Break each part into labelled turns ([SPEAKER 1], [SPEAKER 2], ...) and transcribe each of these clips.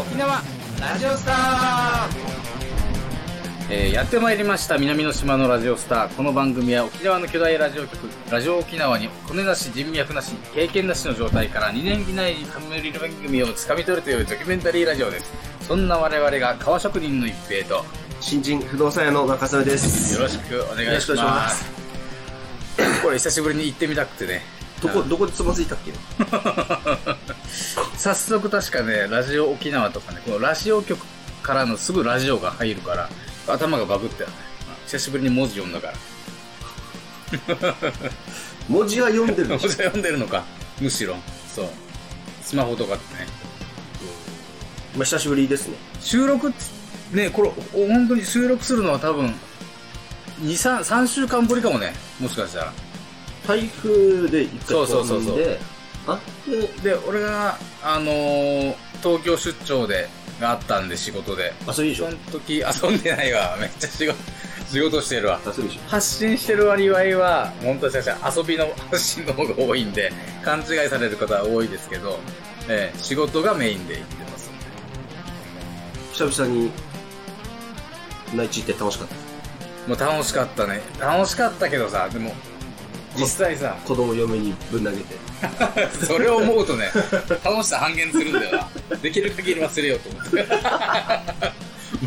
[SPEAKER 1] 沖縄ラジオスターえーやってまいりました南の島のラジオスターこの番組は沖縄の巨大ラジオ局ラジオ沖縄に骨なし人脈なし経験なしの状態から2年以内に冠番組をつかみ取るというドキュメンタリーラジオですそんな我々が革職人の一平と
[SPEAKER 2] 新人不動産屋の中澤です。
[SPEAKER 1] よろしくお願いし
[SPEAKER 2] よろしくお願いし
[SPEAKER 1] ま
[SPEAKER 2] ますす
[SPEAKER 1] これ久しぶりに行ってみたくてね
[SPEAKER 2] どこ、どこでつまずいたっけ
[SPEAKER 1] 早速確かねラジオ沖縄とかねこのラジオ局からのすぐラジオが入るから頭がバグったよね久しぶりに文字読んだから
[SPEAKER 2] 文字は読 んでるの
[SPEAKER 1] 文字読んでるのかむしろそうスマホとかってね
[SPEAKER 2] まあ、久しぶりですね。
[SPEAKER 1] 収録っつねこれお本当に収録するのは多分3週間ぶりかもねもしかしたら
[SPEAKER 2] 台風で一回
[SPEAKER 1] そうそうそうそ
[SPEAKER 2] 飛
[SPEAKER 1] う
[SPEAKER 2] んで、あで、
[SPEAKER 1] で俺があのー東京出張でがあったんで仕事で
[SPEAKER 2] あ、それいいでし
[SPEAKER 1] そ
[SPEAKER 2] ょ
[SPEAKER 1] の。時遊んでないわ めっちゃ仕事仕事してるわ
[SPEAKER 2] あ、それいいでし
[SPEAKER 1] 発信してる割合は、本当に確かに遊びの発信の方が多いんで、勘違いされる方は多いですけど、ええ仕事がメインで行ってますんで。
[SPEAKER 2] ょ。久々に、内地行って楽しかった。
[SPEAKER 1] もう楽しかったね。楽しかったけどさ、でも、実際さ、
[SPEAKER 2] 子供嫁にぶん投げて。
[SPEAKER 1] それを思うとね、楽しさ半減するんだよな。できる限り忘れようと思って。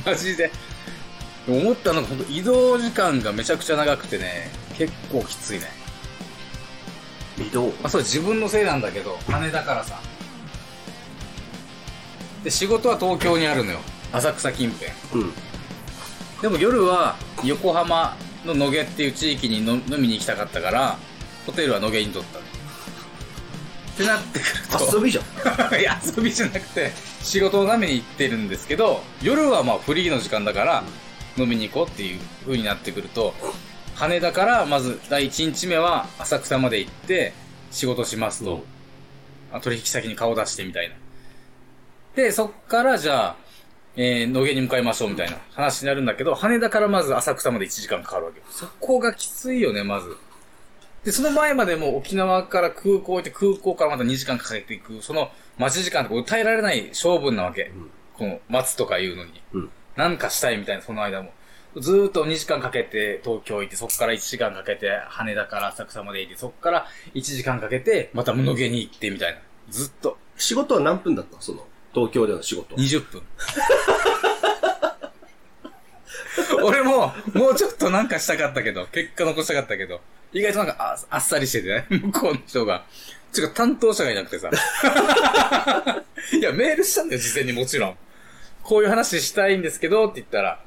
[SPEAKER 1] マジで。思ったのが、本当移動時間がめちゃくちゃ長くてね、結構きついね。
[SPEAKER 2] 移動。
[SPEAKER 1] まあ、それ自分のせいなんだけど羽田からさで仕事は東京にあるのよ浅草近辺
[SPEAKER 2] うん。
[SPEAKER 1] でも夜は横浜の野毛っていう地域にの飲みに行きたかったからホテルは野毛に取ったのってなってくると
[SPEAKER 2] 遊びじゃん。
[SPEAKER 1] いや遊びじゃなくて仕事のために行ってるんですけど夜はまあフリーの時間だから飲みに行こうっていう風になってくると羽田からまず第1日目は浅草まで行って仕事しますと、あ取引先に顔出してみたいなでそっからじゃあ、えー、野毛に向かいましょうみたいな話になるんだけど羽田からまず浅草まで1時間かかるわけよそこがきついよねまずで、その前までもう沖縄から空港行って、空港からまた2時間かけていく、その待ち時間とか耐えられない性分なわけ。
[SPEAKER 2] ん
[SPEAKER 1] この、待つとかいうのに。
[SPEAKER 2] うん。
[SPEAKER 1] なんかしたいみたいな、その間も。ずーっと2時間かけて東京行って、そこから1時間かけて羽田から浅草まで行って、そこから1時間かけて、また物毛に行ってみたいな。ずっと。
[SPEAKER 2] 仕事は何分だったその、東京での仕事。
[SPEAKER 1] 20分。俺も、もうちょっとなんかしたかったけど、結果残したかったけど、意外となんかああっさりしててね、向 こうの人が。ちょっと担当者がいなくてさ。 いや、メールしたんだよ、事前にもちろん。こういう話したいんですけど、って言ったら、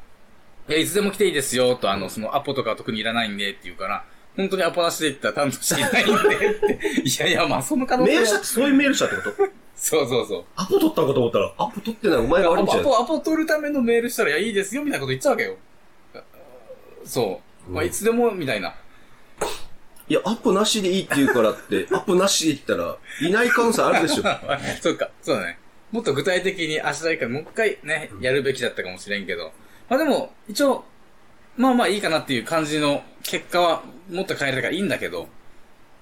[SPEAKER 1] いや、いつでも来ていいですよ、と、あの、そのアポとかは特にいらないんで、って言うから、本当にアポなしで行ったら担当者いないんで、って。いやいや、まあ、その可能性
[SPEAKER 2] メー
[SPEAKER 1] は
[SPEAKER 2] ルしたって、そういうメールしたってこと
[SPEAKER 1] そうそうそう。
[SPEAKER 2] アポ取ったんかと思ったら、アポ取ってないお前が悪い
[SPEAKER 1] ア
[SPEAKER 2] んじゃない
[SPEAKER 1] ポ、アポ取るためのメールしたら、いや、いいですよ、みたいなこと言ってたわけよ。そう。まあ、
[SPEAKER 2] うん
[SPEAKER 1] いつでも、みたいな。
[SPEAKER 2] いや、アポなしでいいって言うから って、アポなしで言ったら、いない可能性あるでしょ。
[SPEAKER 1] そうか、そうだね。もっと具体的に明日以降、もう一回ね、やるべきだったかもしれんけど。まあでも、一応、まあまあいいかなっていう感じの結果は、もっと変えれたからいいんだけど、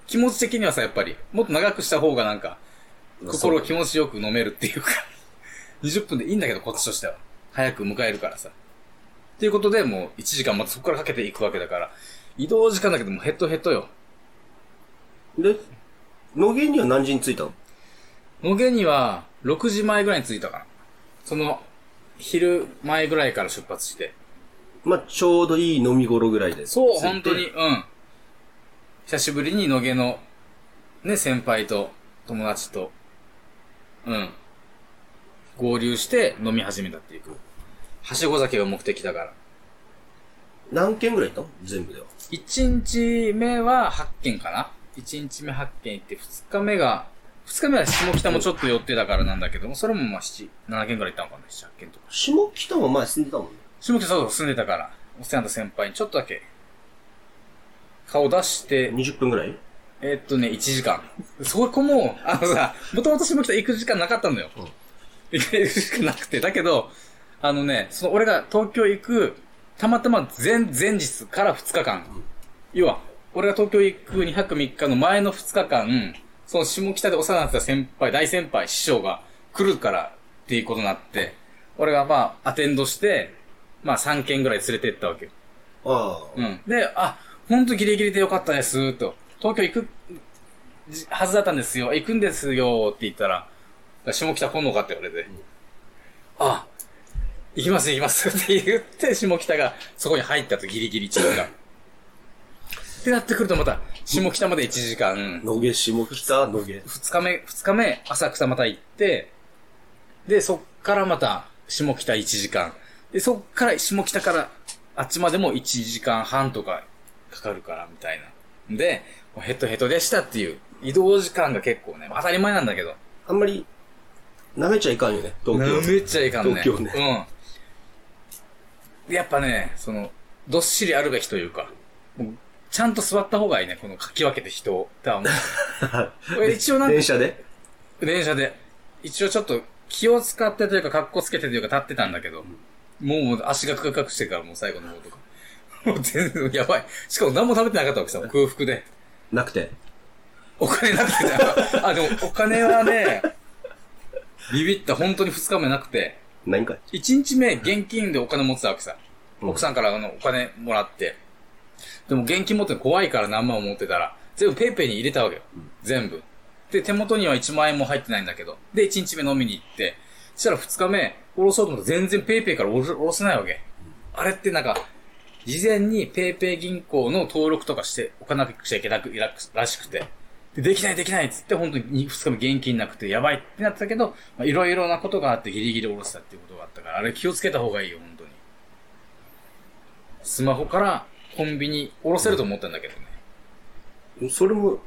[SPEAKER 1] 気持ち的にはさ、やっぱり、もっと長くした方がなんか、 心を気持ちよく飲めるっていうか、20分でいいんだけど、こっちとしては。早く迎えるからさ。っていうことで、もう1時間またそこからかけていくわけだから、移動時間だけどもうヘッドヘッドよ。
[SPEAKER 2] で、野毛には何時に着いたの
[SPEAKER 1] 野毛には6時前ぐらいに着いたかな。その、昼前ぐらいから出発して。
[SPEAKER 2] まあ、ちょうどいい飲み頃ぐらいで。
[SPEAKER 1] そう、
[SPEAKER 2] 着いて
[SPEAKER 1] 本当に、。うん。久しぶりに野毛の、ね、先輩と友達と、うん。合流して飲み始めたっていう。はしご酒が目的だから。
[SPEAKER 2] 何軒ぐらい行ったの全部では。
[SPEAKER 1] 1日目は8件かな ?1 日目8件行って、2日目が、2日目は下北もちょっと寄ってたからなんだけども、それもまあ7、7件ぐらい行ったのかな ?7、8件とか。
[SPEAKER 2] 下北も前住んでたもんね。
[SPEAKER 1] 下北そう住んでたから、お世話の先輩にちょっとだけ、顔出して、
[SPEAKER 2] 20分ぐらい
[SPEAKER 1] えーっとね、1時間。そこも、あのさ、もともと下北行く時間なかったのよ。
[SPEAKER 2] うん
[SPEAKER 1] 行く時間なくて。だけど、あのね、その俺が東京行く、たまたま前、前日から2日間。要は、俺が東京行く2泊3日の前の2日間、その下北でお世話になってた先輩、大先輩、師匠が来るから、っていうことになって、俺がまあ、アテンドして、まあ3軒ぐらい連れてったわけよ。
[SPEAKER 2] ああ。
[SPEAKER 1] うん。で、あ、ほんとギリギリでよかったです、と。東京行く、じはずだったんですよ。行くんですよ、って言ったら、下北来んのかって言われて。あ、行きます行きますって言って、下北がそこに入ったとギリギリ1時 間。ってなってくるとまた、下北まで1時間。
[SPEAKER 2] 野毛、下北、野毛。
[SPEAKER 1] 二日目、二日目、浅草また行って、で、そっからまた、下北1時間。で、そっから、下北から、あっちまでも1時間半とかかかるから、みたいな。で、もうヘトヘトでしたっていう、移動時間が結構ね、当たり前なんだけど、
[SPEAKER 2] あんまり、舐めちゃいかんよね、東京。
[SPEAKER 1] 舐めちゃいかんね。
[SPEAKER 2] 東京ね
[SPEAKER 1] うん。で、やっぱね、その、どっしりあるべきというか、もうちゃんと座った方がいいね、このかき分けて人を。だからもう 俺一応なんか
[SPEAKER 2] 電車で
[SPEAKER 1] 電車で、一応ちょっと気を使ってというか、格好つけてというか立ってたんだけど、もうもう足がカクカクしてからもう最後の方とか。もう全然、やばい。しかも何も食べてなかったわけさ、空腹で。
[SPEAKER 2] なくて。
[SPEAKER 1] お金なくてさあ、でもお金はね、ビビった、本当に二日目なくて、
[SPEAKER 2] ないんかい。
[SPEAKER 1] 一日目現金でお金持ってたわけさ。奥さんからあのお金もらって。でも現金持ってるの怖いから何万も持ってたら、全部ペイペイに入れたわけよ。全部。で、手元には1万円も入ってないんだけど。で、1日目飲みに行って。そしたら2日目、おろそうと思ったら全然ペイペイからおろ下ろせないわけ。あれってなんか、事前にペイペイ銀行の登録とかしておかなくちゃいけなく、いららしくて。で、できないできないっつって、本当に2日目現金なくてやばいってなってたけど、まあいろいろなことがあってギリギリおろしたっていうことがあったから、あれ気をつけた方がいいよ、本当に。スマホからコンビニおろせると思ったんだけどね。
[SPEAKER 2] それも、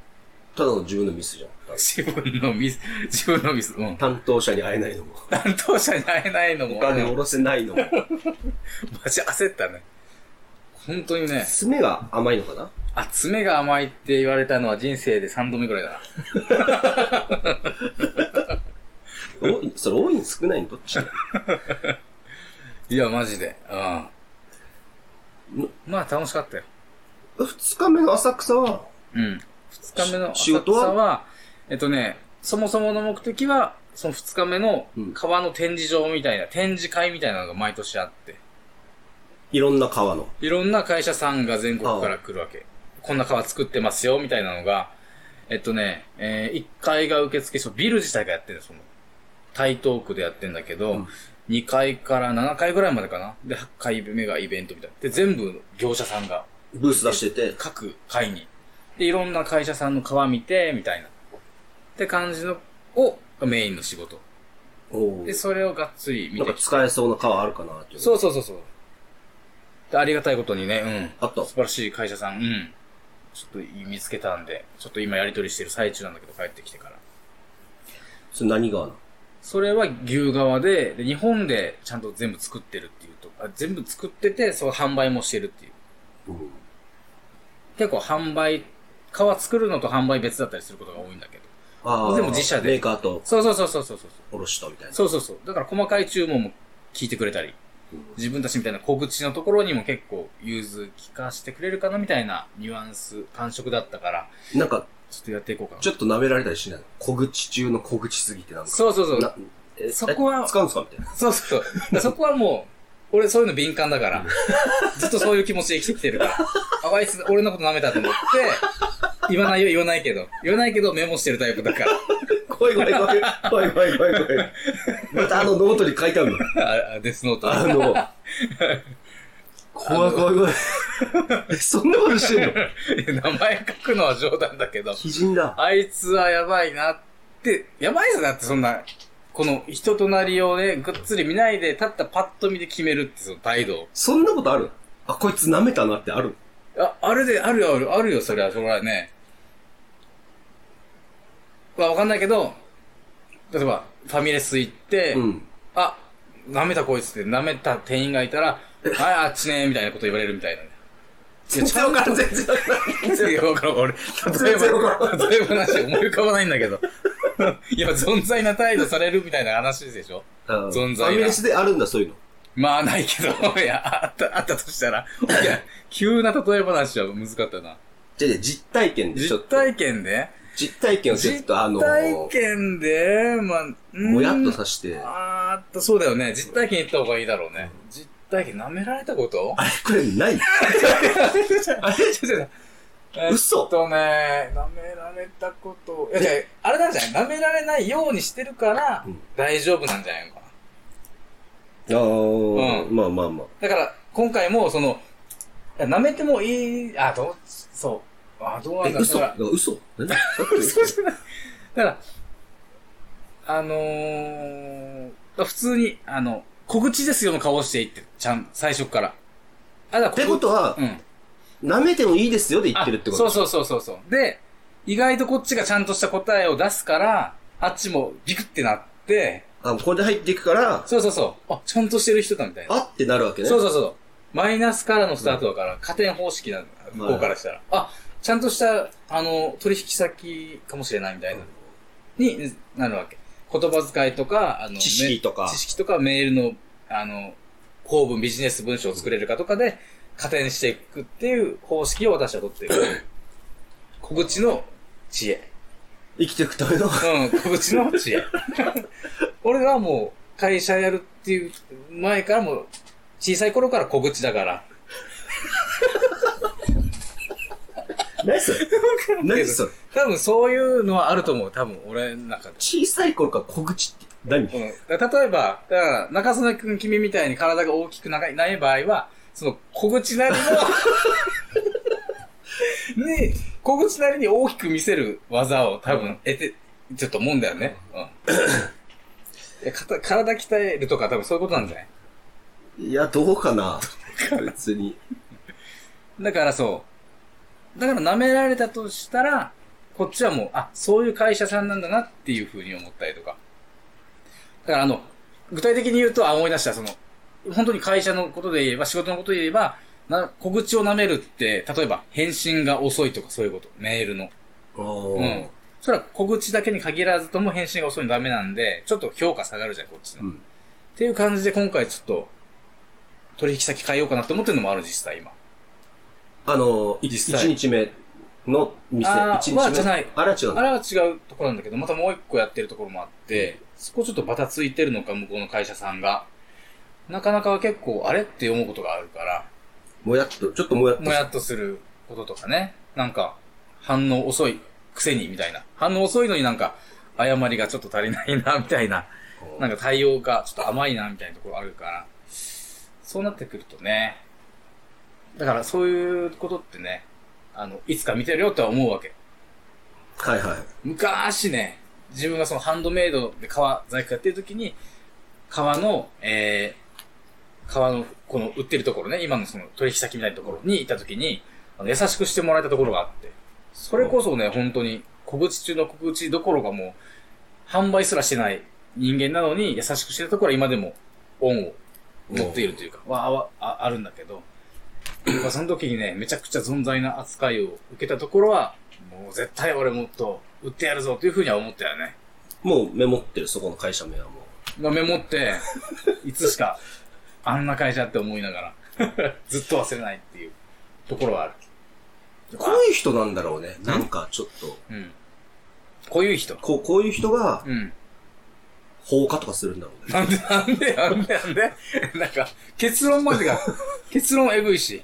[SPEAKER 2] ただの自分のミスじゃん。
[SPEAKER 1] 自分のミス、自分のミス、うん。
[SPEAKER 2] 担当者に会えないの も、
[SPEAKER 1] 担当者に会えないのも、
[SPEAKER 2] お金下ろせないのも、
[SPEAKER 1] マジ焦ったね。本当にね、
[SPEAKER 2] 爪が甘いのかな
[SPEAKER 1] あ、爪が甘いって言われたのは人生で3度目ぐらいだな。
[SPEAKER 2] 多いそれ多いの少ないのどっち
[SPEAKER 1] いや、マジで。うん。まあ、楽しかったよ。
[SPEAKER 2] 二日目の浅草は、
[SPEAKER 1] うん。二日目の
[SPEAKER 2] 仕
[SPEAKER 1] 浅
[SPEAKER 2] 事
[SPEAKER 1] 草
[SPEAKER 2] は
[SPEAKER 1] は、えっとね、そもそもの目的は、その二日目の
[SPEAKER 2] うん
[SPEAKER 1] 川の展示場みたいな、展示会みたいなのが毎年あって、
[SPEAKER 2] いろんな川の。
[SPEAKER 1] いろんな会社さんが全国から来るわけ。こんな川作ってますよ、みたいなのが、えっとね、えー、1階が受付、そうビル自体がやってるの、その、台東区でやってんだけど、
[SPEAKER 2] うん
[SPEAKER 1] 2階から7階ぐらいまでかな。で、8階目がイベントみたいな。で、全部業者さんが
[SPEAKER 2] ブース出してて、
[SPEAKER 1] 各会に。で、いろんな会社さんの皮見て、みたいな。って感じの、をメインの仕事。
[SPEAKER 2] お
[SPEAKER 1] で、
[SPEAKER 2] ー
[SPEAKER 1] それをがっつり見
[SPEAKER 2] なん
[SPEAKER 1] て
[SPEAKER 2] か使えそうな川あるかなっていう。
[SPEAKER 1] そうそうそうそう。でありがたいことにね、うん。
[SPEAKER 2] あった
[SPEAKER 1] 素晴らしい会社さん、うん。ちょっと見つけたんで、ちょっと今やりとりしてる最中なんだけど、帰ってきてから。
[SPEAKER 2] それ何川なの
[SPEAKER 1] それは牛革で、で日本でちゃんと全部作ってるっていうと、あ全部作ってて、そう販売もしてるってい
[SPEAKER 2] う
[SPEAKER 1] う。
[SPEAKER 2] ん
[SPEAKER 1] 結構販売、革作るのと販売別だったりすることが多いんだけど。
[SPEAKER 2] ああ。
[SPEAKER 1] でも自社で
[SPEAKER 2] メーカーと
[SPEAKER 1] そうそうそうそうそうそう。
[SPEAKER 2] おろしたみたいな。
[SPEAKER 1] そうそうそう。だから細かい注文も聞いてくれたり、自分たちみたいな小口のところにも結構融通聞かしてくれるかなみたいなニュアンス、感触だったから、
[SPEAKER 2] なんか、
[SPEAKER 1] ちょっとやっていこうかな。
[SPEAKER 2] ちょっと舐められたりしないの小口中の小口すぎてなんか。
[SPEAKER 1] そうそうそう。
[SPEAKER 2] なえ
[SPEAKER 1] そこは
[SPEAKER 2] え使うんすかみたいな。
[SPEAKER 1] そうそうそう。そこはもう、俺そういうの敏感だから、ずっとそういう気持ちで生きてきてるから、あ、あいつ俺のこと舐めたと思って、言わないよ、言わないけど。言わないけどメモしてるタイプだか
[SPEAKER 2] 怖い怖い怖い。怖い怖い怖い怖い。またあのノートに書いてあるの。
[SPEAKER 1] ら。あデスノート。
[SPEAKER 2] あの、怖い怖い怖い。え、そんなことして んの
[SPEAKER 1] 名前書くのは冗談だけど。
[SPEAKER 2] 鬼人だ。
[SPEAKER 1] あいつはやばいなって、やばいぞだってそんな、この人となりをね、ぐっつり見ないで、たったパッと見で決めるってその態度。
[SPEAKER 2] そんなことあるあ、こいつ舐めたなってある
[SPEAKER 1] あ、あれで、あるよ、あるあるよ、それは、それはね。まあ、わかんないけど、例えば、ファミレス行って、
[SPEAKER 2] うん。
[SPEAKER 1] あ、舐めたこいつって、舐めた店員がいた ら、はい、あっちねみたいなこと言われるみたいな。
[SPEAKER 2] 全然わからん、全然わからん。
[SPEAKER 1] いや、わからん、俺、例え
[SPEAKER 2] 全然わか
[SPEAKER 1] ば、例えばなし、思い浮かばないんだけど。 いや、存在な態度されるみたいな話でしょ
[SPEAKER 2] うん
[SPEAKER 1] 存在な
[SPEAKER 2] ファミレスであるんだ、そういうの。
[SPEAKER 1] まあ、ないけど、 いや、あった、あったとしたら、いや、急な例え話は難かったな。
[SPEAKER 2] じゃあじゃあ実体験でちょ
[SPEAKER 1] 実
[SPEAKER 2] っと。
[SPEAKER 1] 体験で
[SPEAKER 2] 実体験をちょっ
[SPEAKER 1] 実
[SPEAKER 2] とあの、
[SPEAKER 1] 体験で、まあ、
[SPEAKER 2] もやっと
[SPEAKER 1] さ
[SPEAKER 2] さして、
[SPEAKER 1] ああーっと、そうだよね。実体験行った方がいいだろうね。実体験舐められたこと
[SPEAKER 2] あれこれない
[SPEAKER 1] あれちょっとえ
[SPEAKER 2] 嘘
[SPEAKER 1] っとね、舐められたこと。いや、じゃああれなんじゃない舐められないようにしてるから
[SPEAKER 2] うん、
[SPEAKER 1] 大丈夫なんじゃないのかな。
[SPEAKER 2] ああ、
[SPEAKER 1] う
[SPEAKER 2] まあまあまあ。
[SPEAKER 1] だから、今回も、その、いや舐めてもいい、あ、どう、そう。あ、どうな
[SPEAKER 2] え
[SPEAKER 1] ん、だ
[SPEAKER 2] 嘘
[SPEAKER 1] だ
[SPEAKER 2] だ
[SPEAKER 1] か
[SPEAKER 2] から嘘何だ
[SPEAKER 1] ら嘘じゃない。だから、あのー、だから普通に、あの、小口ですよの顔していってる、ちゃん、最初から。あ、だ
[SPEAKER 2] っ
[SPEAKER 1] か
[SPEAKER 2] て
[SPEAKER 1] ら
[SPEAKER 2] こ
[SPEAKER 1] 小口
[SPEAKER 2] とは
[SPEAKER 1] う、ん。
[SPEAKER 2] 舐めてもいいですよで言ってるってこと
[SPEAKER 1] あそうそうそうそうそう。で、意外とこっちがちゃんとした答えを出すから、あっちもギクってなって、
[SPEAKER 2] あ、これで入っていくから、
[SPEAKER 1] そうそうそう。あ、ちゃんとしてる人だみたいな。
[SPEAKER 2] あってなるわけね。
[SPEAKER 1] そうそうそう。マイナスからのスタートだから、加点方式なの、向こうからしたら。あ、ちゃんとした、あの、取引先かもしれないみたいな、になるわけ。言葉遣いとか、あの、
[SPEAKER 2] 知識とか
[SPEAKER 1] 知。識とかメールの、あの、公文、ビジネス文章を作れるかとかで、加点していくっていう方式を私は取っている。 小口の知恵。
[SPEAKER 2] 生きていくため の。
[SPEAKER 1] うん、小口の 知恵。俺がもう、会社やるっていう前からもう、小さい頃から小口だから。
[SPEAKER 2] 何それ何それ
[SPEAKER 1] 多分そういうのはあると思う。多分俺の中で。
[SPEAKER 2] 小さい頃から小口って何
[SPEAKER 1] うん、だから例えば、だから中曽根君君みたいに体が大きくないない場合は、その小口なりの、ね、小口なりに大きく見せる技を多分得て、ちょっと思うんだよね。うんいや。かた体鍛えるとか多分そういうことなんじゃない
[SPEAKER 2] いや、どうかな別に。
[SPEAKER 1] だからそう。だから舐められたとしたら、こっちはもう、あ、そういう会社さんなんだなっていうふうに思ったりとか。だからあの、具体的に言うと、あ、思い出した、その、本当に会社のことで言えば、仕事のことで言えば、な、小口を舐めるって、例えば、返信が遅いとかそういうこと、メールの。
[SPEAKER 2] あ
[SPEAKER 1] うん
[SPEAKER 2] ー。
[SPEAKER 1] それは小口だけに限らずとも返信が遅いのダメなんで、ちょっと評価下がるじゃん、こっちの。
[SPEAKER 2] うん
[SPEAKER 1] っていう感じで今回ちょっと、取引先変えようかなって思ってるのもある、実際今。
[SPEAKER 2] あの、い一
[SPEAKER 1] 実際
[SPEAKER 2] 日目の店。
[SPEAKER 1] あー
[SPEAKER 2] 一日
[SPEAKER 1] は
[SPEAKER 2] 目。
[SPEAKER 1] じゃない
[SPEAKER 2] あら違う
[SPEAKER 1] あ
[SPEAKER 2] の。
[SPEAKER 1] れは違うところなんだけど、またもう一個やってるところもあって、そこちょっとバタついてるのか、向こうの会社さんが。なかなか結構、あれって思うことがあるから、
[SPEAKER 2] もやっと、ちょっともやっと
[SPEAKER 1] も。やっとすることとかね。なんか、反応遅いくせに、みたいな。反応遅いのになんか、誤りがちょっと足りないな、みたいな。なんか対応がちょっと甘いな、みたいなところあるから。そうなってくるとね。だからそういうことってね、あの、いつか見てるよとは思うわけ。
[SPEAKER 2] はいはい。
[SPEAKER 1] 昔ね、自分がそのハンドメイドで革、在庫やってる時に、革の、えー、革の、この売ってるところね、今のその取引先みたいなところに行った時に、あの優しくしてもらえたところがあって、それこそね、本当に、小口中の小口どころかもう、販売すらしてない人間なのに、優しくしてるところは今でも、恩を持っているというか、は、はああるんだけど、まあその時にね、めちゃくちゃ存在な扱いを受けたところは、もう絶対俺もっと売ってやるぞというふうには思ったよね。
[SPEAKER 2] もうメモってる、そこの会社名はも
[SPEAKER 1] まあ、メモって、いつしか、あんな会社って思いながら、ずっと忘れないっていうところはある。
[SPEAKER 2] う。こういう人なんだろうね。なんかちょっと。
[SPEAKER 1] うん。こういう人。
[SPEAKER 2] こう、こういう人が
[SPEAKER 1] うん。
[SPEAKER 2] 放火とかするんだろうね。
[SPEAKER 1] なんで、なんで、なんで、なんで、なんか、結論までが、結論エグいし。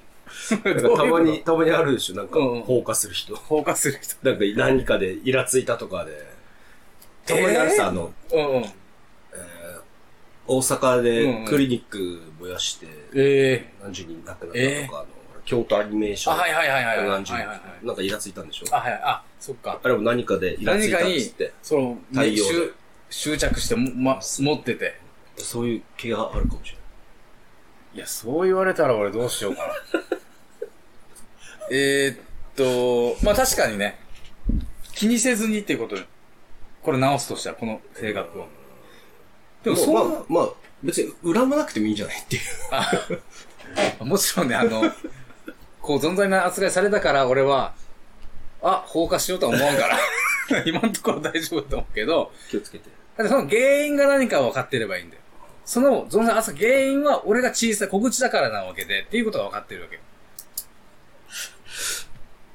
[SPEAKER 2] たまに、。たまにあるでしょ、なんか
[SPEAKER 1] うんうん
[SPEAKER 2] 放火する人。
[SPEAKER 1] 放火する人。
[SPEAKER 2] なんか何かでイラついたとかで。たまにあるさ、あの、
[SPEAKER 1] うんうん。
[SPEAKER 2] 大阪
[SPEAKER 1] うんうん
[SPEAKER 2] でクリニック燃やして、
[SPEAKER 1] え
[SPEAKER 2] 何十人亡くなったとか、
[SPEAKER 1] えー
[SPEAKER 2] あの、京都アニメーシ
[SPEAKER 1] ー。
[SPEAKER 2] ョ
[SPEAKER 1] あ、
[SPEAKER 2] ン
[SPEAKER 1] はいはいはいはい。はいはい
[SPEAKER 2] 何十
[SPEAKER 1] はい。
[SPEAKER 2] 人、なんかイラついたんでしょ
[SPEAKER 1] あ、はい。あ、そっか。
[SPEAKER 2] あれも何かでイラつ
[SPEAKER 1] 何
[SPEAKER 2] いた
[SPEAKER 1] か
[SPEAKER 2] っ
[SPEAKER 1] に
[SPEAKER 2] つって、、
[SPEAKER 1] その、
[SPEAKER 2] 対応で
[SPEAKER 1] 執執着して、ま、持ってて。
[SPEAKER 2] そういう気があるかもしれない。
[SPEAKER 1] いや、そう言われたら俺どうしようかな。 えーっと、まあ、確かにね、気にせずにっていうことで、これ直すとしたら、この性格を。で
[SPEAKER 2] で
[SPEAKER 1] も、
[SPEAKER 2] も
[SPEAKER 1] そんな
[SPEAKER 2] まあ、まあ、別に恨まなくてもいいんじゃないっていう。
[SPEAKER 1] あもちろんね、あの、こう、存在な扱いされたから、俺は、あ、放火しようとは思わんから。 今のところ大丈夫だと思うけど、
[SPEAKER 2] 気をつけて。
[SPEAKER 1] だってその原因が何かを分かってればいいんだよ。その、その朝原因は俺が小さい、小口だからなわけで、っていうことが分かってるわけよ。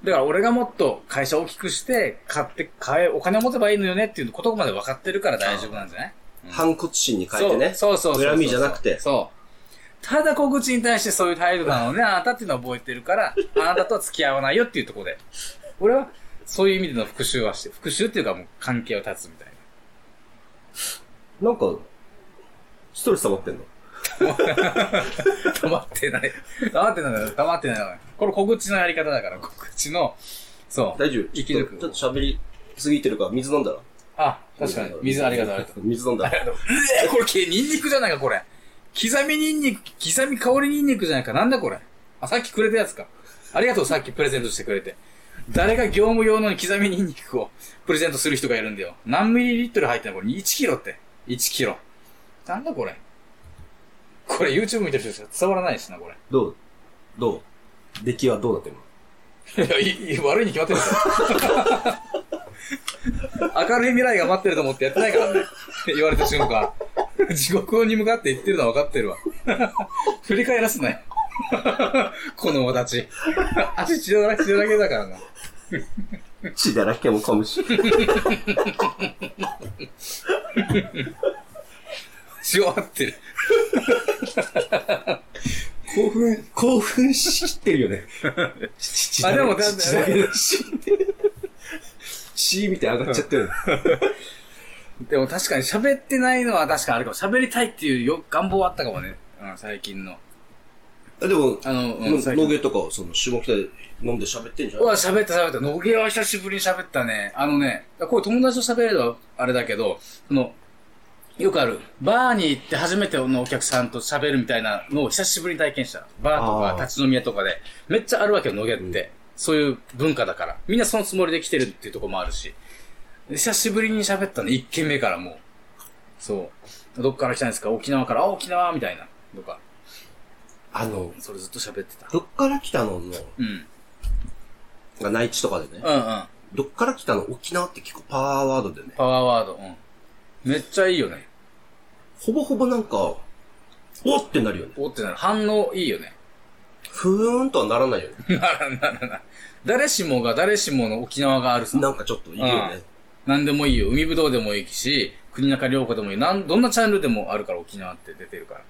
[SPEAKER 1] だから俺がもっと会社を大きくして、買って、買え、お金を持てばいいのよねっていうことまで分かってるから大丈夫なんじゃない
[SPEAKER 2] 反骨心に変えてね。
[SPEAKER 1] そうそうそうそうそう。
[SPEAKER 2] 恨みじゃなくて。
[SPEAKER 1] そう。ただ小口に対してそういう態度な のね、あなたっていうのは覚えてるから、あなたとは付き合わないよっていうところで。俺は、そういう意味での復讐はして、復讐っていうかもう関係を断つみたいな。
[SPEAKER 2] なんか、ストレス溜まってんの
[SPEAKER 1] 黙ってない。黙ってないのよ。黙ってないのよ。これ小口のやり方だから、小口の、そう。
[SPEAKER 2] 大丈夫
[SPEAKER 1] 生き
[SPEAKER 2] ちょ
[SPEAKER 1] 抜
[SPEAKER 2] っと
[SPEAKER 1] く
[SPEAKER 2] ちょっと喋りすぎてるから、水飲んだら。
[SPEAKER 1] あ、確かに。水ありがとう、ありがとう。
[SPEAKER 2] 水飲んだら。
[SPEAKER 1] えこれけ、ニンニクじゃないか、これ。刻みニンニク、刻み香りニンニクじゃないか。なんだこれ。あ、さっきくれたやつか。ありがとう、さっきプレゼントしてくれて。誰が業務用のに刻みニンニクをプレゼントする人がいるんだよ。何ミリリットル入ってんのこれ。1キロって。1キロ。なんだこれ。これ YouTube 見てる人しか伝わらないしな、これ。
[SPEAKER 2] どうどう出来はどうなってるの
[SPEAKER 1] いやいい、悪いに決まってるんだよ。明るい未来が待ってると思ってやってないからね。言われた瞬間。地獄に向かって言ってるのは分かってるわ。振り返らすなよ。この私。足血だらけ、血だらけだからな。
[SPEAKER 2] 血だらけもかむし。
[SPEAKER 1] 血を張ってる。
[SPEAKER 2] 興奮、興奮しきってるよね。 血
[SPEAKER 1] あ
[SPEAKER 2] だ
[SPEAKER 1] で
[SPEAKER 2] ら
[SPEAKER 1] も
[SPEAKER 2] け、
[SPEAKER 1] だんだん
[SPEAKER 2] 血だらけだ し。血みたいに上がっちゃってる。
[SPEAKER 1] でも確かに喋ってないのは確かにあるかも。喋りたいっていうよ願望はあったかもね。うん、最近の。
[SPEAKER 2] あでも、
[SPEAKER 1] あの、うん、
[SPEAKER 2] の、農芸とか、その、下北で飲んで喋ってんじゃ。
[SPEAKER 1] うんわ、喋った喋った。野毛は久しぶりに喋ったね。あのね、これ友達と喋ればあれだけど、その、よくある、バーに行って初めてのお客さんと喋るみたいなのを久しぶりに体験した。バー
[SPEAKER 2] あ
[SPEAKER 1] と
[SPEAKER 2] ー
[SPEAKER 1] か立ち飲み屋とかで。めっちゃあるわけよ、野毛って。そういう文化だから。みんなそのつもりで来てるっていうところもあるし。久しぶりに喋ったね、一軒目からもう。そう。どっから来たんですか沖縄から、あ、沖縄みたいな。とか、
[SPEAKER 2] あの、
[SPEAKER 1] それずっと喋ってた。
[SPEAKER 2] どっから来たのの、
[SPEAKER 1] うん。うん
[SPEAKER 2] が内地とかでね。
[SPEAKER 1] うん。
[SPEAKER 2] どっから来たの沖縄って結構パワーワードだよね。
[SPEAKER 1] パワーワード。うん。めっちゃいいよね。
[SPEAKER 2] ほぼほぼなんか、おってなるよね。
[SPEAKER 1] おってなる。反応いいよね。
[SPEAKER 2] ふーんとはならないよね。
[SPEAKER 1] ならならな。誰しもが誰しもの沖縄があるさ。
[SPEAKER 2] なんかちょっといいよね。
[SPEAKER 1] 何でもいいよ。海ぶどうでもいいし、国中涼子でもいい。なん、どんなチャンルでもあるから沖縄って出てるから。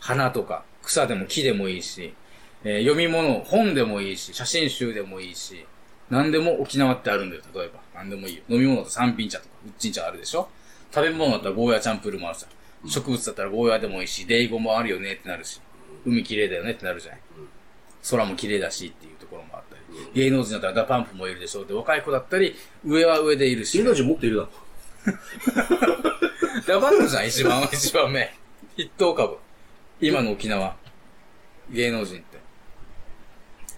[SPEAKER 1] 花とか、草でも木でもいいし、えー読み物、本でもいいし、写真集でもいいし、何でも沖縄ってあるんだよ、例えば。何でもいいよ。飲み物だと三品茶とか、うっちん茶あるでしょ食べ物だったらゴーヤチャンプルーもあるさ。植物だったらゴーヤでもいいし、デイゴもあるよねってなるし、海綺麗だよねってなるじゃない。空も綺麗だしっていうところもあったり、芸能人だったらダパンプもいるでしょうで、若い子だったり、上は上でいるし
[SPEAKER 2] 芸、能人もっといるだろ。
[SPEAKER 1] ダパンプじゃん、一番、一番目。一等株。今の沖縄。芸能人って。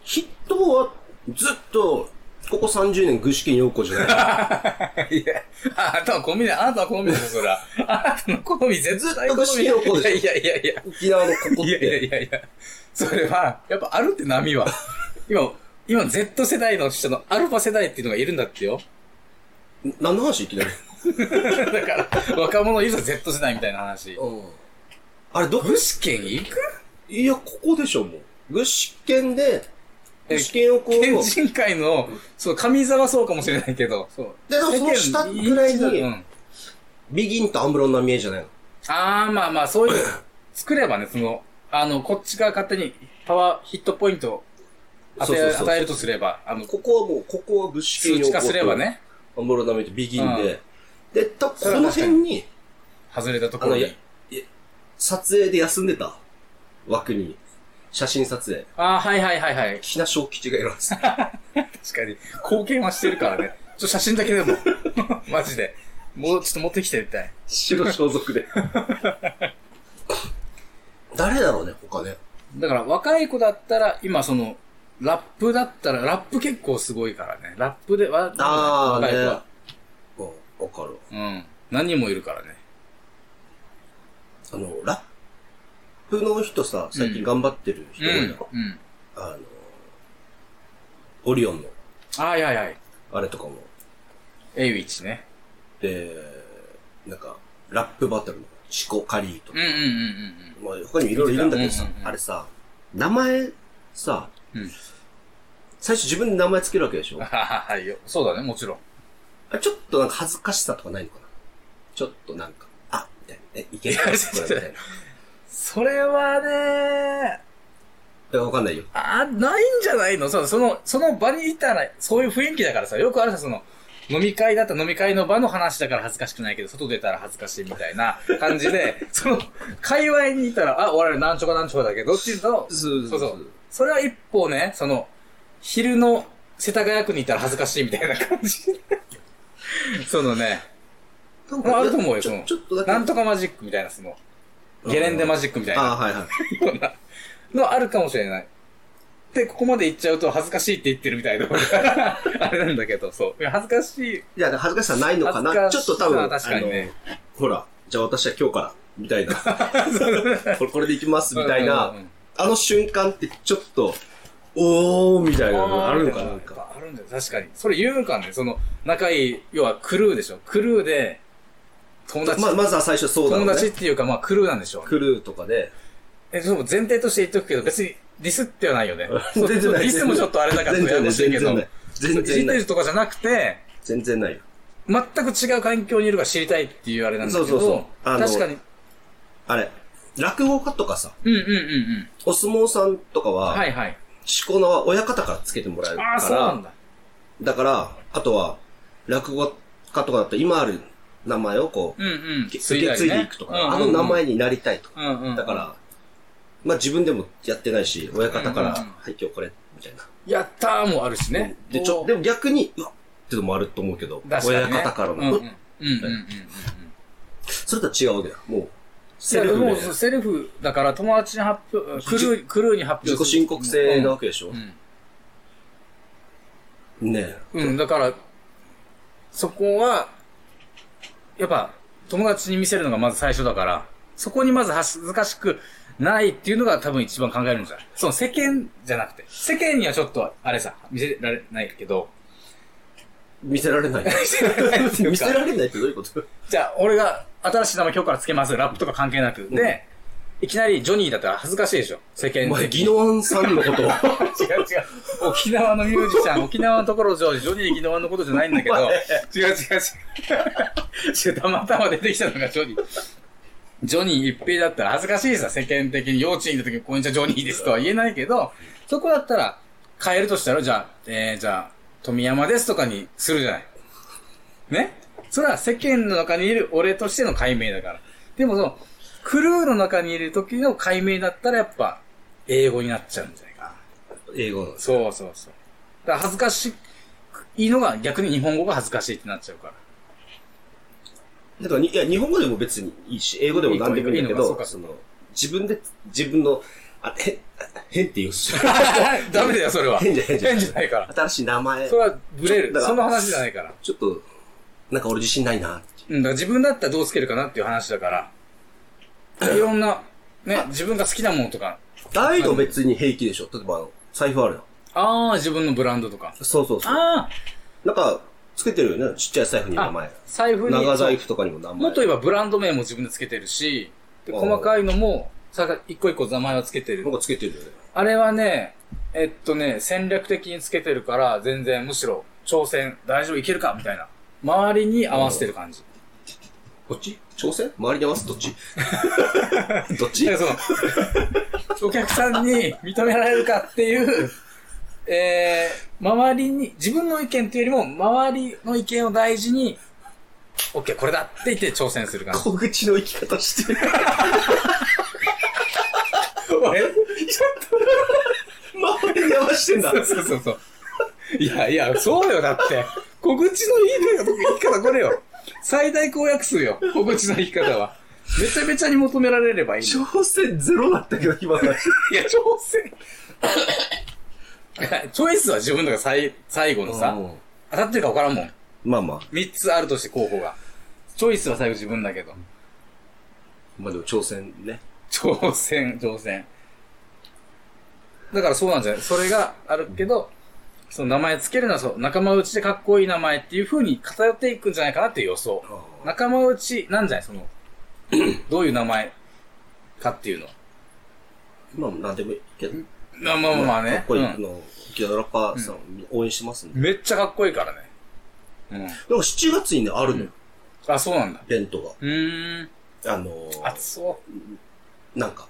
[SPEAKER 2] 筆頭は、ずっと、ここ30年具志堅用子じゃ ない。
[SPEAKER 1] いや、あなたはコンビニ、あなたはコンビニだ、そら。あなたの好み絶対好み。
[SPEAKER 2] ずっと好きな子でしょ
[SPEAKER 1] いやいやいやいや。
[SPEAKER 2] 沖縄のここっ
[SPEAKER 1] いやいや
[SPEAKER 2] て。
[SPEAKER 1] いやいや。それは、やっぱあるって波は。今、今 Z 世代の人のアルファ世代っていうのがいるんだってよ。
[SPEAKER 2] 何の話いきなり。
[SPEAKER 1] だから、若者いるぞ、Z 世代みたいな話。
[SPEAKER 2] うん。あれ、ど、
[SPEAKER 1] 具志堅行く
[SPEAKER 2] いや、ここでしょ、もう。具志堅で、具
[SPEAKER 1] え
[SPEAKER 2] 志堅用子を、
[SPEAKER 1] 県人会の、そう、上座はそうかもしれないけど、そう。
[SPEAKER 2] ででもその下ぐらいに
[SPEAKER 1] うん
[SPEAKER 2] ビギンとアムロンな見えじゃないの。
[SPEAKER 1] ああ、まあまあ、そう いう、作ればね、その、あの、こっちが勝手にパワーヒットポイントを与
[SPEAKER 2] そう
[SPEAKER 1] え
[SPEAKER 2] そうそう
[SPEAKER 1] 与えるとすれば、あの、
[SPEAKER 2] ここはもう、ここは具志堅
[SPEAKER 1] 数
[SPEAKER 2] 用子
[SPEAKER 1] 値
[SPEAKER 2] と
[SPEAKER 1] 化すればね、
[SPEAKER 2] アムロンな見えて、ビギンで。で、た、こ
[SPEAKER 1] それは確かに
[SPEAKER 2] の辺に、
[SPEAKER 1] 外れたとこ
[SPEAKER 2] あ
[SPEAKER 1] ろ
[SPEAKER 2] の、
[SPEAKER 1] に
[SPEAKER 2] や、。や撮影で休んでた枠に、写真撮影。
[SPEAKER 1] ああ、はいはいはいはい。
[SPEAKER 2] 木梨小吉がいるん です。
[SPEAKER 1] 確かに、貢献はしてるから ね。ちょ、写真だけでも、 マジで。もう、ちょっと持ってきてみたい。
[SPEAKER 2] 白装束 で。誰だろうね、他ね。
[SPEAKER 1] だから若い子だったら、今その、ラップだったら、ラップ結構すごいからね。ラップで、わ
[SPEAKER 2] ああ、
[SPEAKER 1] 若
[SPEAKER 2] ね。
[SPEAKER 1] い子
[SPEAKER 2] うん
[SPEAKER 1] は。
[SPEAKER 2] わかるわ。
[SPEAKER 1] うん。何人もいるからね。
[SPEAKER 2] あの、ラップの人さ、最近頑張ってる人多いな、
[SPEAKER 1] うん。うん。
[SPEAKER 2] あの、オリオンの、
[SPEAKER 1] あはいはいはい。
[SPEAKER 2] あれとかも。
[SPEAKER 1] エイウィッチね。
[SPEAKER 2] で、なんか、ラップバトルの、シコカリーと
[SPEAKER 1] う
[SPEAKER 2] か
[SPEAKER 1] ん。うんうん
[SPEAKER 2] まあ、他にもいろいろいるんだけどさ、
[SPEAKER 1] うんうんうん
[SPEAKER 2] あれさ、名前さ、
[SPEAKER 1] うんうん。
[SPEAKER 2] 最初自分で名前つけるわけでしょ
[SPEAKER 1] うん。はいよ。そうだね、もちろん。
[SPEAKER 2] あちょっとなんか恥ずかしさとかないのかなちょっとなんか、あ、え、いけるか
[SPEAKER 1] いや
[SPEAKER 2] これみたいな。だか
[SPEAKER 1] それはね、
[SPEAKER 2] らわかんないよ。
[SPEAKER 1] あ、ないんじゃないのさ、その、その場にいたら、そういう雰囲気だからさ、よくあるさ、その、飲み会だったら飲み会の場の話だから恥ずかしくないけど、外出たら恥ずかしいみたいな感じ で、その、界隈にいたら、あ、我々なんちょかなんちょかだけどっていうと、
[SPEAKER 2] そう
[SPEAKER 1] そうそう。それは一方ね、その、昼の世田谷区にいたら恥ずかしいみたいな感じ で。そのね、
[SPEAKER 2] なん
[SPEAKER 1] まああると思うよ
[SPEAKER 2] ちょ
[SPEAKER 1] その
[SPEAKER 2] ちょっとだけ。
[SPEAKER 1] なんとかマジックみたいな、その、ゲレンデマジックみたいな
[SPEAKER 2] ああ、はいはい。
[SPEAKER 1] ようなのあるかもしれない。で、ここまで行っちゃうと恥ずかしいって言ってる みたいな。あれなんだけど、そう。いや恥ずかしい。
[SPEAKER 2] いや、恥ずかしさないのか
[SPEAKER 1] 恥ず
[SPEAKER 2] な
[SPEAKER 1] かし
[SPEAKER 2] ち
[SPEAKER 1] さ
[SPEAKER 2] ょっと多分、
[SPEAKER 1] 確かにね
[SPEAKER 2] あの、ほら、じゃあ私は今日から、みたい な。これ、これでいきます、みたい
[SPEAKER 1] うんうんう。
[SPEAKER 2] なんあの瞬間ってちょっと、おー、みたいなのがあるのかな
[SPEAKER 1] あ
[SPEAKER 2] な
[SPEAKER 1] ー
[SPEAKER 2] んか。
[SPEAKER 1] あるんだよ、確かに。それ言うんかね、その、仲いい、要はクルーでしょ。クルーで、友達、
[SPEAKER 2] ま、まずは最初そうだろう
[SPEAKER 1] 友
[SPEAKER 2] ね。
[SPEAKER 1] 達っていうか、まあクルーなんでしょうね。
[SPEAKER 2] クルーとかで。。
[SPEAKER 1] え、そう、前提として言っとくけど、別にディスってはないよね
[SPEAKER 2] 全然
[SPEAKER 1] そう
[SPEAKER 2] ない。
[SPEAKER 1] ディスもちょっとあれだから、
[SPEAKER 2] 全然ない。
[SPEAKER 1] ややこしい
[SPEAKER 2] 全
[SPEAKER 1] け
[SPEAKER 2] 然
[SPEAKER 1] ど
[SPEAKER 2] ない。。
[SPEAKER 1] そう
[SPEAKER 2] 全
[SPEAKER 1] いじ
[SPEAKER 2] 然
[SPEAKER 1] って
[SPEAKER 2] な
[SPEAKER 1] る
[SPEAKER 2] い。
[SPEAKER 1] とかじゃなくて、
[SPEAKER 2] 全然ないよ。
[SPEAKER 1] 全く違う環境にいるから知りたいっていうあれなんだけど、
[SPEAKER 2] そうそうそうあの
[SPEAKER 1] 確かに。
[SPEAKER 2] あれ、落語家とかさ、
[SPEAKER 1] うんうんうんうん。
[SPEAKER 2] お相撲さんとかは、
[SPEAKER 1] はいはい。
[SPEAKER 2] しこ名は親方からつけてもらえるか
[SPEAKER 1] ああ、そうなん
[SPEAKER 2] ら、
[SPEAKER 1] だ。
[SPEAKER 2] だから、あとは、落語家とかだと今ある名前をこう、
[SPEAKER 1] うんうん。
[SPEAKER 2] 受け継いでいくとか、あの名。前になりたいとか。
[SPEAKER 1] うんうんうん。
[SPEAKER 2] だから、まあ自分でもやってないし、親方から、
[SPEAKER 1] うんうんうん
[SPEAKER 2] はい、今日これ、みたいな。
[SPEAKER 1] やったーもあるしね。
[SPEAKER 2] で、ちょ、でも逆に、うわっってのもあると思うけど、
[SPEAKER 1] 確かにね
[SPEAKER 2] 親方からの、
[SPEAKER 1] うんうん。う
[SPEAKER 2] うんわっ
[SPEAKER 1] うんうんうん。
[SPEAKER 2] それとは違うわけだ。もう、セ
[SPEAKER 1] セ
[SPEAKER 2] ル
[SPEAKER 1] ル
[SPEAKER 2] フ
[SPEAKER 1] フ
[SPEAKER 2] で
[SPEAKER 1] もうセルフだから友達に発表、クルー、クルーに発表
[SPEAKER 2] 自己申告制なわ
[SPEAKER 1] の
[SPEAKER 2] けでしょ
[SPEAKER 1] う。ん。
[SPEAKER 2] ねえ。
[SPEAKER 1] うん、だから、そこは、やっぱ、友達に見せるのがまず最初だから、そこにまず恥ずかしくないっていうのが多分一番考えるんじゃないその世間じゃなくて、世間にはちょっと、あれさ、見せられないけど、
[SPEAKER 2] 見せられない。
[SPEAKER 1] 見せられ ないっていうか
[SPEAKER 2] 見せられないってどういうこと
[SPEAKER 1] じゃあ、俺が新しい名前今日からつけます、ラップとか関係なく。で、いきなりジョニーだったら恥ずかしいでしょ世間
[SPEAKER 2] お
[SPEAKER 1] 的
[SPEAKER 2] 前、技
[SPEAKER 1] に
[SPEAKER 2] 能さんのこと を。
[SPEAKER 1] 違う違う。沖縄のミュージシャン、沖縄のところジョージ、ジョニー沖縄のことじゃないんだけど、
[SPEAKER 2] お前
[SPEAKER 1] 違う違う違う。違う、た またま出てきたのがジョニー。ジョニー一平だったら恥ずかしいさ、世間的に幼稚園の時にこんにちはジョニーですとは言えないけど、そこだったら変えるとしたら、じゃあ、えー、じゃあ、富山ですとかにするじゃない。ねそれは世間の中にいる俺としての解明だから。でもその、クルーの中にいる時の解明だったらやっぱ、英語になっちゃうんじゃないかな。
[SPEAKER 2] 英語なんです。
[SPEAKER 1] そうそうそう。だから恥ずかしいのが逆に日本語が恥ずかしいってなっちゃう から。
[SPEAKER 2] だからに、いや、日本語でも別にいいし、英語でも何でもいいんだけ
[SPEAKER 1] いいのかそう
[SPEAKER 2] ど、
[SPEAKER 1] か
[SPEAKER 2] その、自分で、自分の、あ、変、変って言 うし。
[SPEAKER 1] ダメだよ、それは。
[SPEAKER 2] 変じゃ変じゃ
[SPEAKER 1] 変じゃないから。
[SPEAKER 2] 新しい名前。
[SPEAKER 1] それはブレ
[SPEAKER 2] だ
[SPEAKER 1] る。
[SPEAKER 2] から
[SPEAKER 1] その話じゃないから。
[SPEAKER 2] ちょっと、なんか俺自信ないな。
[SPEAKER 1] うん、だから自分だったらどうつけるかなっていう話だから。いろんな、ね、自分が好きなものとか。
[SPEAKER 2] ああいうの別に平気でしょ。例えばあの、財布あるよ。
[SPEAKER 1] ああ、自分のブランドとか。
[SPEAKER 2] そうそうそう。
[SPEAKER 1] あ
[SPEAKER 2] なんか、つけてるよね。ちっちゃい財布に
[SPEAKER 1] あ、
[SPEAKER 2] 名前。
[SPEAKER 1] 財布に。
[SPEAKER 2] 長財布とかにも名前。
[SPEAKER 1] もっと言えばブランド名も自分でつけてるし、で
[SPEAKER 2] あー
[SPEAKER 1] 細かいのも、さ一個一個名前はつけてる
[SPEAKER 2] なんかつけてるよね。
[SPEAKER 1] あれはね、えっとね、戦略的につけてるから、全然むしろ挑戦、大丈夫いけるかみたいな。周りに合わせてる感じ。
[SPEAKER 2] こっち挑戦周りに合わせどっ ちどっち
[SPEAKER 1] だからその、お客さんに認められるかっていう、えー、周りに、自分の意見というよりも、周りの意見を大事に、OK、これだって言って挑戦する感じ。
[SPEAKER 2] 小口の生き方して る。
[SPEAKER 1] 俺
[SPEAKER 2] 周りに合わせてんだ。
[SPEAKER 1] そうそうそうそう。いやいや、そうよ、だって。小口の言い方、言い方これよ。最大公約数よ、小口の言い方は。めちゃめちゃに求められればいいの。
[SPEAKER 2] 挑戦ゼロだったけど、今の話。
[SPEAKER 1] いや、挑戦。チョイスは自分だから最最後のさ、当たってるか分からんもん。
[SPEAKER 2] まあまあ、
[SPEAKER 1] 3つあるとして候補が。チョイスは最後自分だけど。
[SPEAKER 2] まあでも挑戦ね。
[SPEAKER 1] 挑戦、挑戦。だからそうなんじゃないそれがあるけど、その名前つけるのはそう、仲間内でかっこいい名前っていう風に偏っていくんじゃないかなっていう予想。仲間内なんじゃない その、どういう名前かっていうの。
[SPEAKER 2] まあ、なんでもいいけど。
[SPEAKER 1] まあまあまあね。
[SPEAKER 2] かっこいい。
[SPEAKER 1] う
[SPEAKER 2] あ
[SPEAKER 1] ん
[SPEAKER 2] の、ギャラッパーさん、応援してますね。
[SPEAKER 1] めっちゃかっこいいからね。うん。
[SPEAKER 2] なんか7月にね、あるのよ、
[SPEAKER 1] あ、そうなんだ。
[SPEAKER 2] イベントが。
[SPEAKER 1] うーん。
[SPEAKER 2] あのー
[SPEAKER 1] 暑そう。
[SPEAKER 2] なんか、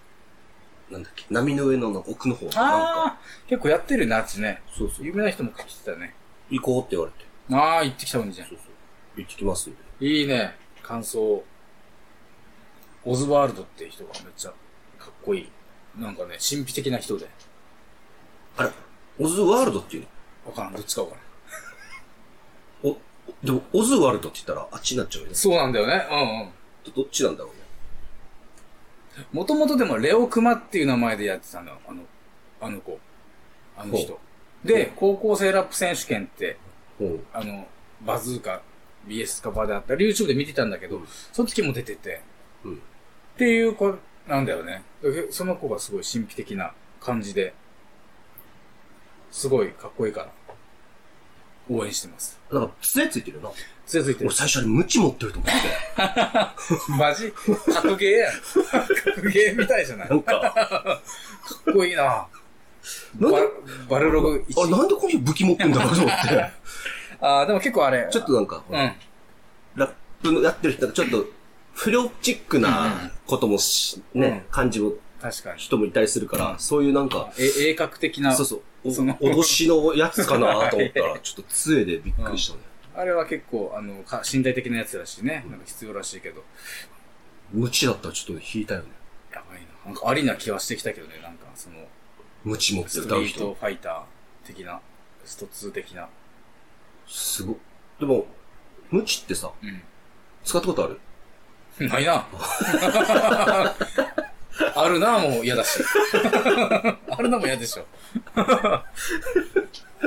[SPEAKER 2] なんだっけ、波の上のなんか奥の方なんか、
[SPEAKER 1] ああ、結構やってるね、あっちね。
[SPEAKER 2] そうそう、
[SPEAKER 1] 有名な人も来てたね。
[SPEAKER 2] 行こうって言われて、
[SPEAKER 1] ああ、行ってきたもんじゃ
[SPEAKER 2] そうそう、行ってきますんで。
[SPEAKER 1] ん。いいね、感想。オズワールドって人がめっちゃかっこいい。なんかね、神秘的な人で。
[SPEAKER 2] あれ、オズワールドっていう
[SPEAKER 1] わからん、どっちかわからん。
[SPEAKER 2] のお、でも、オズワルドって言ったらあっちになっちゃうよね。
[SPEAKER 1] そうなんだよね。うんうん。
[SPEAKER 2] どどっちなんだろうね。
[SPEAKER 1] もともとでもレオクマっていう名前でやってたの、あの、あの子。あの人
[SPEAKER 2] ほ。
[SPEAKER 1] で、高校生ラップ選手権って、
[SPEAKER 2] うん。
[SPEAKER 1] あの、バズーカ、BS カバーであったり、YouTube で見てたんだけど、その時も出てて、
[SPEAKER 2] うん
[SPEAKER 1] っていう子なんだよね。でその子がすごい神秘的な感じで、すごいかっこいいから、応援してます。
[SPEAKER 2] なんか、杖ついてるよな。
[SPEAKER 1] つやついてる
[SPEAKER 2] 俺。最初あれ、ムチ持ってると思って。
[SPEAKER 1] マジ格ゲーやん。格ゲーみたいじゃない
[SPEAKER 2] な
[SPEAKER 1] か
[SPEAKER 2] んか、
[SPEAKER 1] っこいいな
[SPEAKER 2] なんで
[SPEAKER 1] ババルログ
[SPEAKER 2] あ、
[SPEAKER 1] 1。
[SPEAKER 2] なんでこの人武器持ってんだろうと思って。
[SPEAKER 1] ああ、でも結構あれ。
[SPEAKER 2] ちょっとなんか、
[SPEAKER 1] うん。
[SPEAKER 2] ラップのやってる人、なんかちょっと、フロチックなこともし、
[SPEAKER 1] ん
[SPEAKER 2] ね、感じも、
[SPEAKER 1] 確かに。
[SPEAKER 2] 人もいたりするから、そういうなんか、
[SPEAKER 1] え、鋭角的な。
[SPEAKER 2] そうそう、お
[SPEAKER 1] その
[SPEAKER 2] 脅しのやつかなと思ったら、ちょっと杖でびっくりしたね。
[SPEAKER 1] あれは結構、あの、か身体的なやつだしね。なんか必要らしいけど。
[SPEAKER 2] 無知だったらちょっと引いたよね。
[SPEAKER 1] やばいな。なんかありな気はしてきたけどね。なんか、その、
[SPEAKER 2] 無知持って
[SPEAKER 1] ス
[SPEAKER 2] 歌
[SPEAKER 1] ト
[SPEAKER 2] う
[SPEAKER 1] リート
[SPEAKER 2] 人。
[SPEAKER 1] ファイター的な、スト2的な。
[SPEAKER 2] すごい。でも、無知ってさ、
[SPEAKER 1] う
[SPEAKER 2] 使ったことある
[SPEAKER 1] ん。ないな。 あるな、もう嫌だし。 あるな、もう嫌でしょ。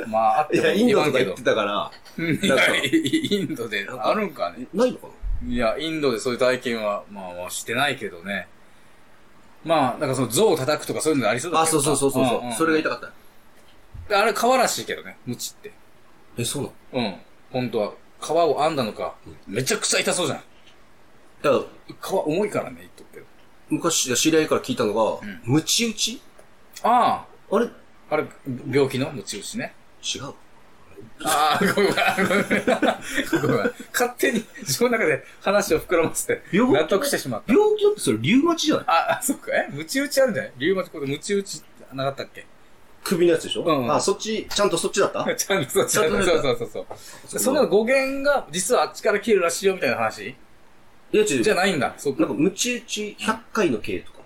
[SPEAKER 1] まあ、あっても言わんけど。
[SPEAKER 2] たから、
[SPEAKER 1] い
[SPEAKER 2] なん
[SPEAKER 1] や
[SPEAKER 2] か
[SPEAKER 1] イインドで、あるんかね。
[SPEAKER 2] ないのかない
[SPEAKER 1] や、インドでそういう体験は、まあ、まあしてないけどね。まあ、なんかその象を叩くとかそういうのありそうだ
[SPEAKER 2] あ、
[SPEAKER 1] けど
[SPEAKER 2] そうそうそうそう。うそれが痛
[SPEAKER 1] が
[SPEAKER 2] かった。
[SPEAKER 1] 痛あれ、川らしいけどね、ムチって。
[SPEAKER 2] え、そうなの
[SPEAKER 1] うん。本当は、皮を編んだのか、めちゃくちゃ痛そうじゃん。
[SPEAKER 2] だから
[SPEAKER 1] 皮重いからね、言っとくけど。
[SPEAKER 2] 昔、知り合いから聞いたのが、ムチ打ち
[SPEAKER 1] あ
[SPEAKER 2] あれ違
[SPEAKER 1] あ、あれ、病気のムチ打ちね。
[SPEAKER 2] う。
[SPEAKER 1] ああ、ごめん、ごめん。ごめん。勝手に、自分の中で話を膨らませて、
[SPEAKER 2] 病気
[SPEAKER 1] 納得してしまった。
[SPEAKER 2] 病気だってそれ、リウマチじゃない
[SPEAKER 1] あ、あそっか、えムチ打ちあるんじゃないリウマチことムチ打ちってなかったっけ
[SPEAKER 2] 首のやつでしょ
[SPEAKER 1] うん
[SPEAKER 2] あ、そっち、ちゃんとそっちだった
[SPEAKER 1] ちゃんとそう、ちゃんとそうそうそう そう。その
[SPEAKER 2] の
[SPEAKER 1] 語源が、実はあっちから切るらしいよみたいな話
[SPEAKER 2] いや、違う違う
[SPEAKER 1] じゃないんだ。そっ
[SPEAKER 2] な
[SPEAKER 1] か
[SPEAKER 2] んか、。ムチ打ち100回の刑とか、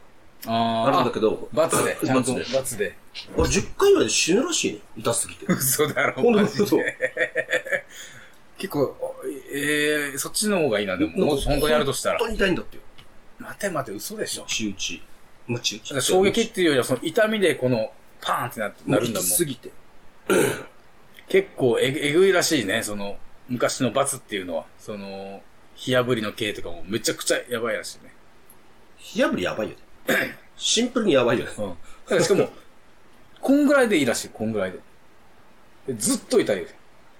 [SPEAKER 1] あ
[SPEAKER 2] あるんだけど、
[SPEAKER 1] 罰で、ちゃん と
[SPEAKER 2] 罰で。
[SPEAKER 1] 罰で。
[SPEAKER 2] 俺10回ぐらいで死ぬらしいね。痛すぎ て。
[SPEAKER 1] 嘘だろ、
[SPEAKER 2] ほんと
[SPEAKER 1] マジ
[SPEAKER 2] そう
[SPEAKER 1] で。結構、えー、そっちの方がいいな、でも。もし本当にやるとしたら
[SPEAKER 2] 本。当に痛いんだってよ。
[SPEAKER 1] 待て待て、嘘でしょ。だ
[SPEAKER 2] ムチ打ち。ムチ打
[SPEAKER 1] か
[SPEAKER 2] ち。
[SPEAKER 1] ら衝撃っていうよりは、その痛みでこの、パーンってなってな
[SPEAKER 2] な
[SPEAKER 1] る
[SPEAKER 2] るん
[SPEAKER 1] んだ
[SPEAKER 2] だ
[SPEAKER 1] もん。
[SPEAKER 2] すぎて。
[SPEAKER 1] 結構えぐ、えぐいらしいね、その、昔の罰っていうのは。その、火炙りの刑とかもめちゃくちゃやばいらしいね。
[SPEAKER 2] 火炙りやば いよね。シンプルにやばいよね。
[SPEAKER 1] うん。だからしかも、こんぐらいでいいらしい、こんぐらいで。でずっと痛いよ。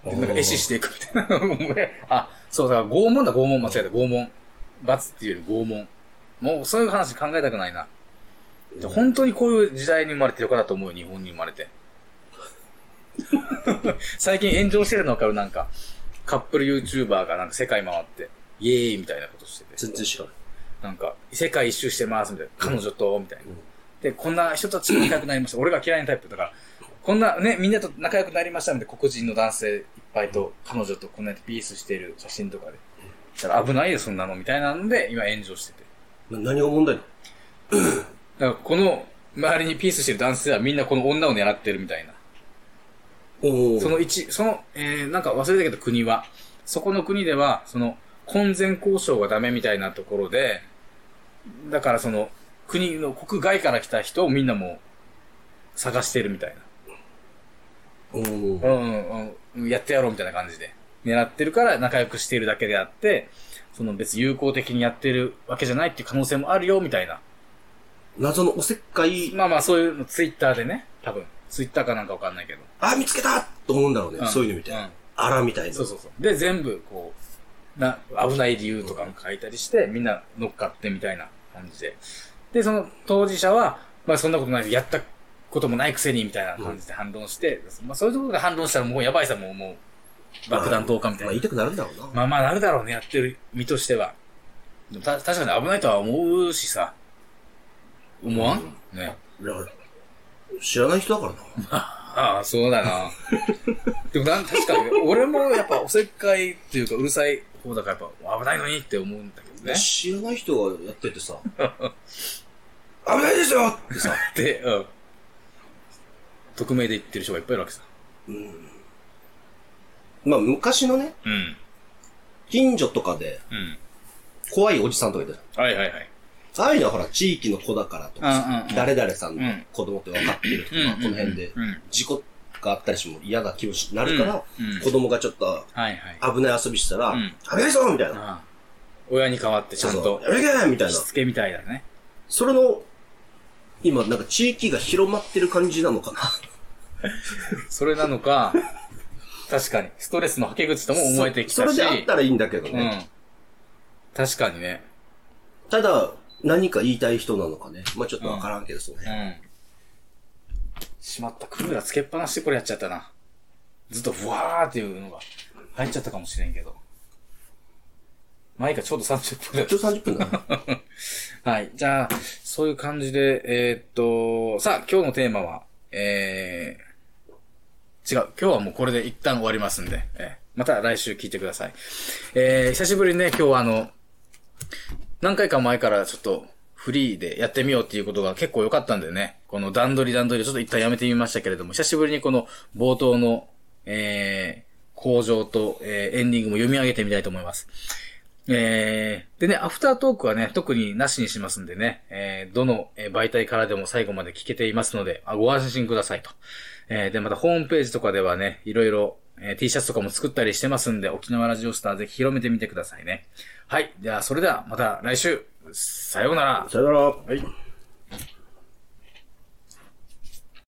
[SPEAKER 1] でなんか、壊死していくみたいな。 もうねあ、そうだ、拷問だ、拷問間違えた、拷問。罰っていうより拷問。もう、そういう話考えたくないな。で本当にこういう時代に生まれてよかったと思うよ、日本に生まれ て。最近炎上してるのわかるなんか、カップル YouTuber がなんか世界回って、イエーイみたいなことしてて。
[SPEAKER 2] 全然知らない。
[SPEAKER 1] なんか、世界一周してます、みたいな。彼女と、みたいな
[SPEAKER 2] うん。
[SPEAKER 1] で、こんな人たちと仲良くなりました。俺が嫌いなタイプだから、こんなね、みんなと仲良くなりましたので、黒人の男性いっぱいと、彼女とこんなにピースしてる写真とかで。したら危ないよ、そんなの、みたいなので、今炎上してて。
[SPEAKER 2] な何が問題なの
[SPEAKER 1] だから、この、周りにピースしてる男性はみんなこの女を狙ってるみたいな。
[SPEAKER 2] おー
[SPEAKER 1] その一、その、えー、なんか忘れたけど国は、そこの国では、その、婚前交渉がダメみたいなところで、だからその、国の国外から来た人をみんなもう探してるみたい
[SPEAKER 2] おー
[SPEAKER 1] な。うんうんうん、やってやろうみたいな感じで。狙ってるから仲良くしているだけであって、その別に友好的にやってるわけじゃないっていう可能性もあるよ、みたいな。
[SPEAKER 2] 謎のおせっかい、
[SPEAKER 1] まあまあそういうのツイッターでね、多分。ツイッターかなんかわかんないけど。
[SPEAKER 2] あ、見つけたと思うんだろうね。
[SPEAKER 1] ん
[SPEAKER 2] そういうのみたい
[SPEAKER 1] うん
[SPEAKER 2] な。あらみたいな。
[SPEAKER 1] そうそうそう。で、全部、こう、な、危ない理由とかも書いたりして、みんな乗っかってみたいな感じで。で、その当事者は、まあそんなことない、やったこともないくせにみたいな感じで反論して、まあそういうところで反論したらもうやばいさ、もう、もう、爆弾投下みた
[SPEAKER 2] まあ、言
[SPEAKER 1] い
[SPEAKER 2] い
[SPEAKER 1] な。
[SPEAKER 2] たくなるんだろうな。
[SPEAKER 1] まあまあなるだろうね、やってる身としては。でもた確かに危ないとは思うしさ。思わん、
[SPEAKER 2] い
[SPEAKER 1] ね。
[SPEAKER 2] や、知らない人だからな。
[SPEAKER 1] ああ、そうだ な。でもなん確かに、俺もやっぱおせっかいっていうかうるさい方だからやっぱ危ないのにって思うんだけどね。
[SPEAKER 2] 知らない人がやっててさ、 危ないですよってさ、
[SPEAKER 1] で、うん。匿名で言ってる人がいっぱいいるわけさ。
[SPEAKER 2] まあ昔のね、
[SPEAKER 1] うん。
[SPEAKER 2] 近所とかで
[SPEAKER 1] うん。
[SPEAKER 2] 怖いおじさんとかいたじ
[SPEAKER 1] はいはいはい。
[SPEAKER 2] ゃん。ああいうのはほら、地域の子だからとか
[SPEAKER 1] うんうん
[SPEAKER 2] さ
[SPEAKER 1] う、ん
[SPEAKER 2] 誰々さん
[SPEAKER 1] う
[SPEAKER 2] の
[SPEAKER 1] ん
[SPEAKER 2] 子供って分かってるとか、まあこの辺で
[SPEAKER 1] うんうんうん。
[SPEAKER 2] 事故があったりしても嫌な気持ちになるから
[SPEAKER 1] うんうん、
[SPEAKER 2] 子供がちょっと
[SPEAKER 1] はいはい。
[SPEAKER 2] 危ない遊びしたら、
[SPEAKER 1] うん
[SPEAKER 2] 危ないぞみたいな。
[SPEAKER 1] ああ親に代わってち
[SPEAKER 2] そ
[SPEAKER 1] ゃ
[SPEAKER 2] うんそ
[SPEAKER 1] と
[SPEAKER 2] う、やめとけみたいな
[SPEAKER 1] し。つけみたいだね。
[SPEAKER 2] それの、今なんか地域が広まってる感じなのかな。
[SPEAKER 1] それなのか、確かに、ストレスの吐け口とも思えてきたし、
[SPEAKER 2] そそれであったらいいんだけど
[SPEAKER 1] う
[SPEAKER 2] ね。
[SPEAKER 1] ん。確かにね。
[SPEAKER 2] ただ、何か言いたい人なのかね。まあちょっとわからんけど、その
[SPEAKER 1] う
[SPEAKER 2] 辺。
[SPEAKER 1] ん。しまった、クーラーつけっぱなしでこれやっちゃったな。ずっとふわーっていうのが入っちゃったかもしれんけど。前かちょうど30分だ
[SPEAKER 2] ちょうど30分だな。
[SPEAKER 1] はい。じゃあ、そういう感じで、えーっと、さあ、今日のテーマは、えー、違う。今日はもうこれで一旦終わりますんで、えーまた来週聞いてください。えー、久しぶりにね、今日はあの、何回か前からちょっとフリーでやってみようっていうことが結構良かったんでね、この段取り段取りちょっと一旦やめてみましたけれども、久しぶりにこの冒頭の、えー、工場と、えーエンディングも読み上げてみたいと思います。えー、でね、アフタートークはね、特になしにしますんでね、えー、どのえー媒体からでも最後まで聞けていますので、あご安心くださいと。えー、で、またホームページとかではね、いろいろ、えー T シャツとかも作ったりしてますんで、沖縄ラジオスターぜひ広めてみてくださいね。はい。では、それではまた来週、さようなら。
[SPEAKER 2] さよなら。
[SPEAKER 1] はい。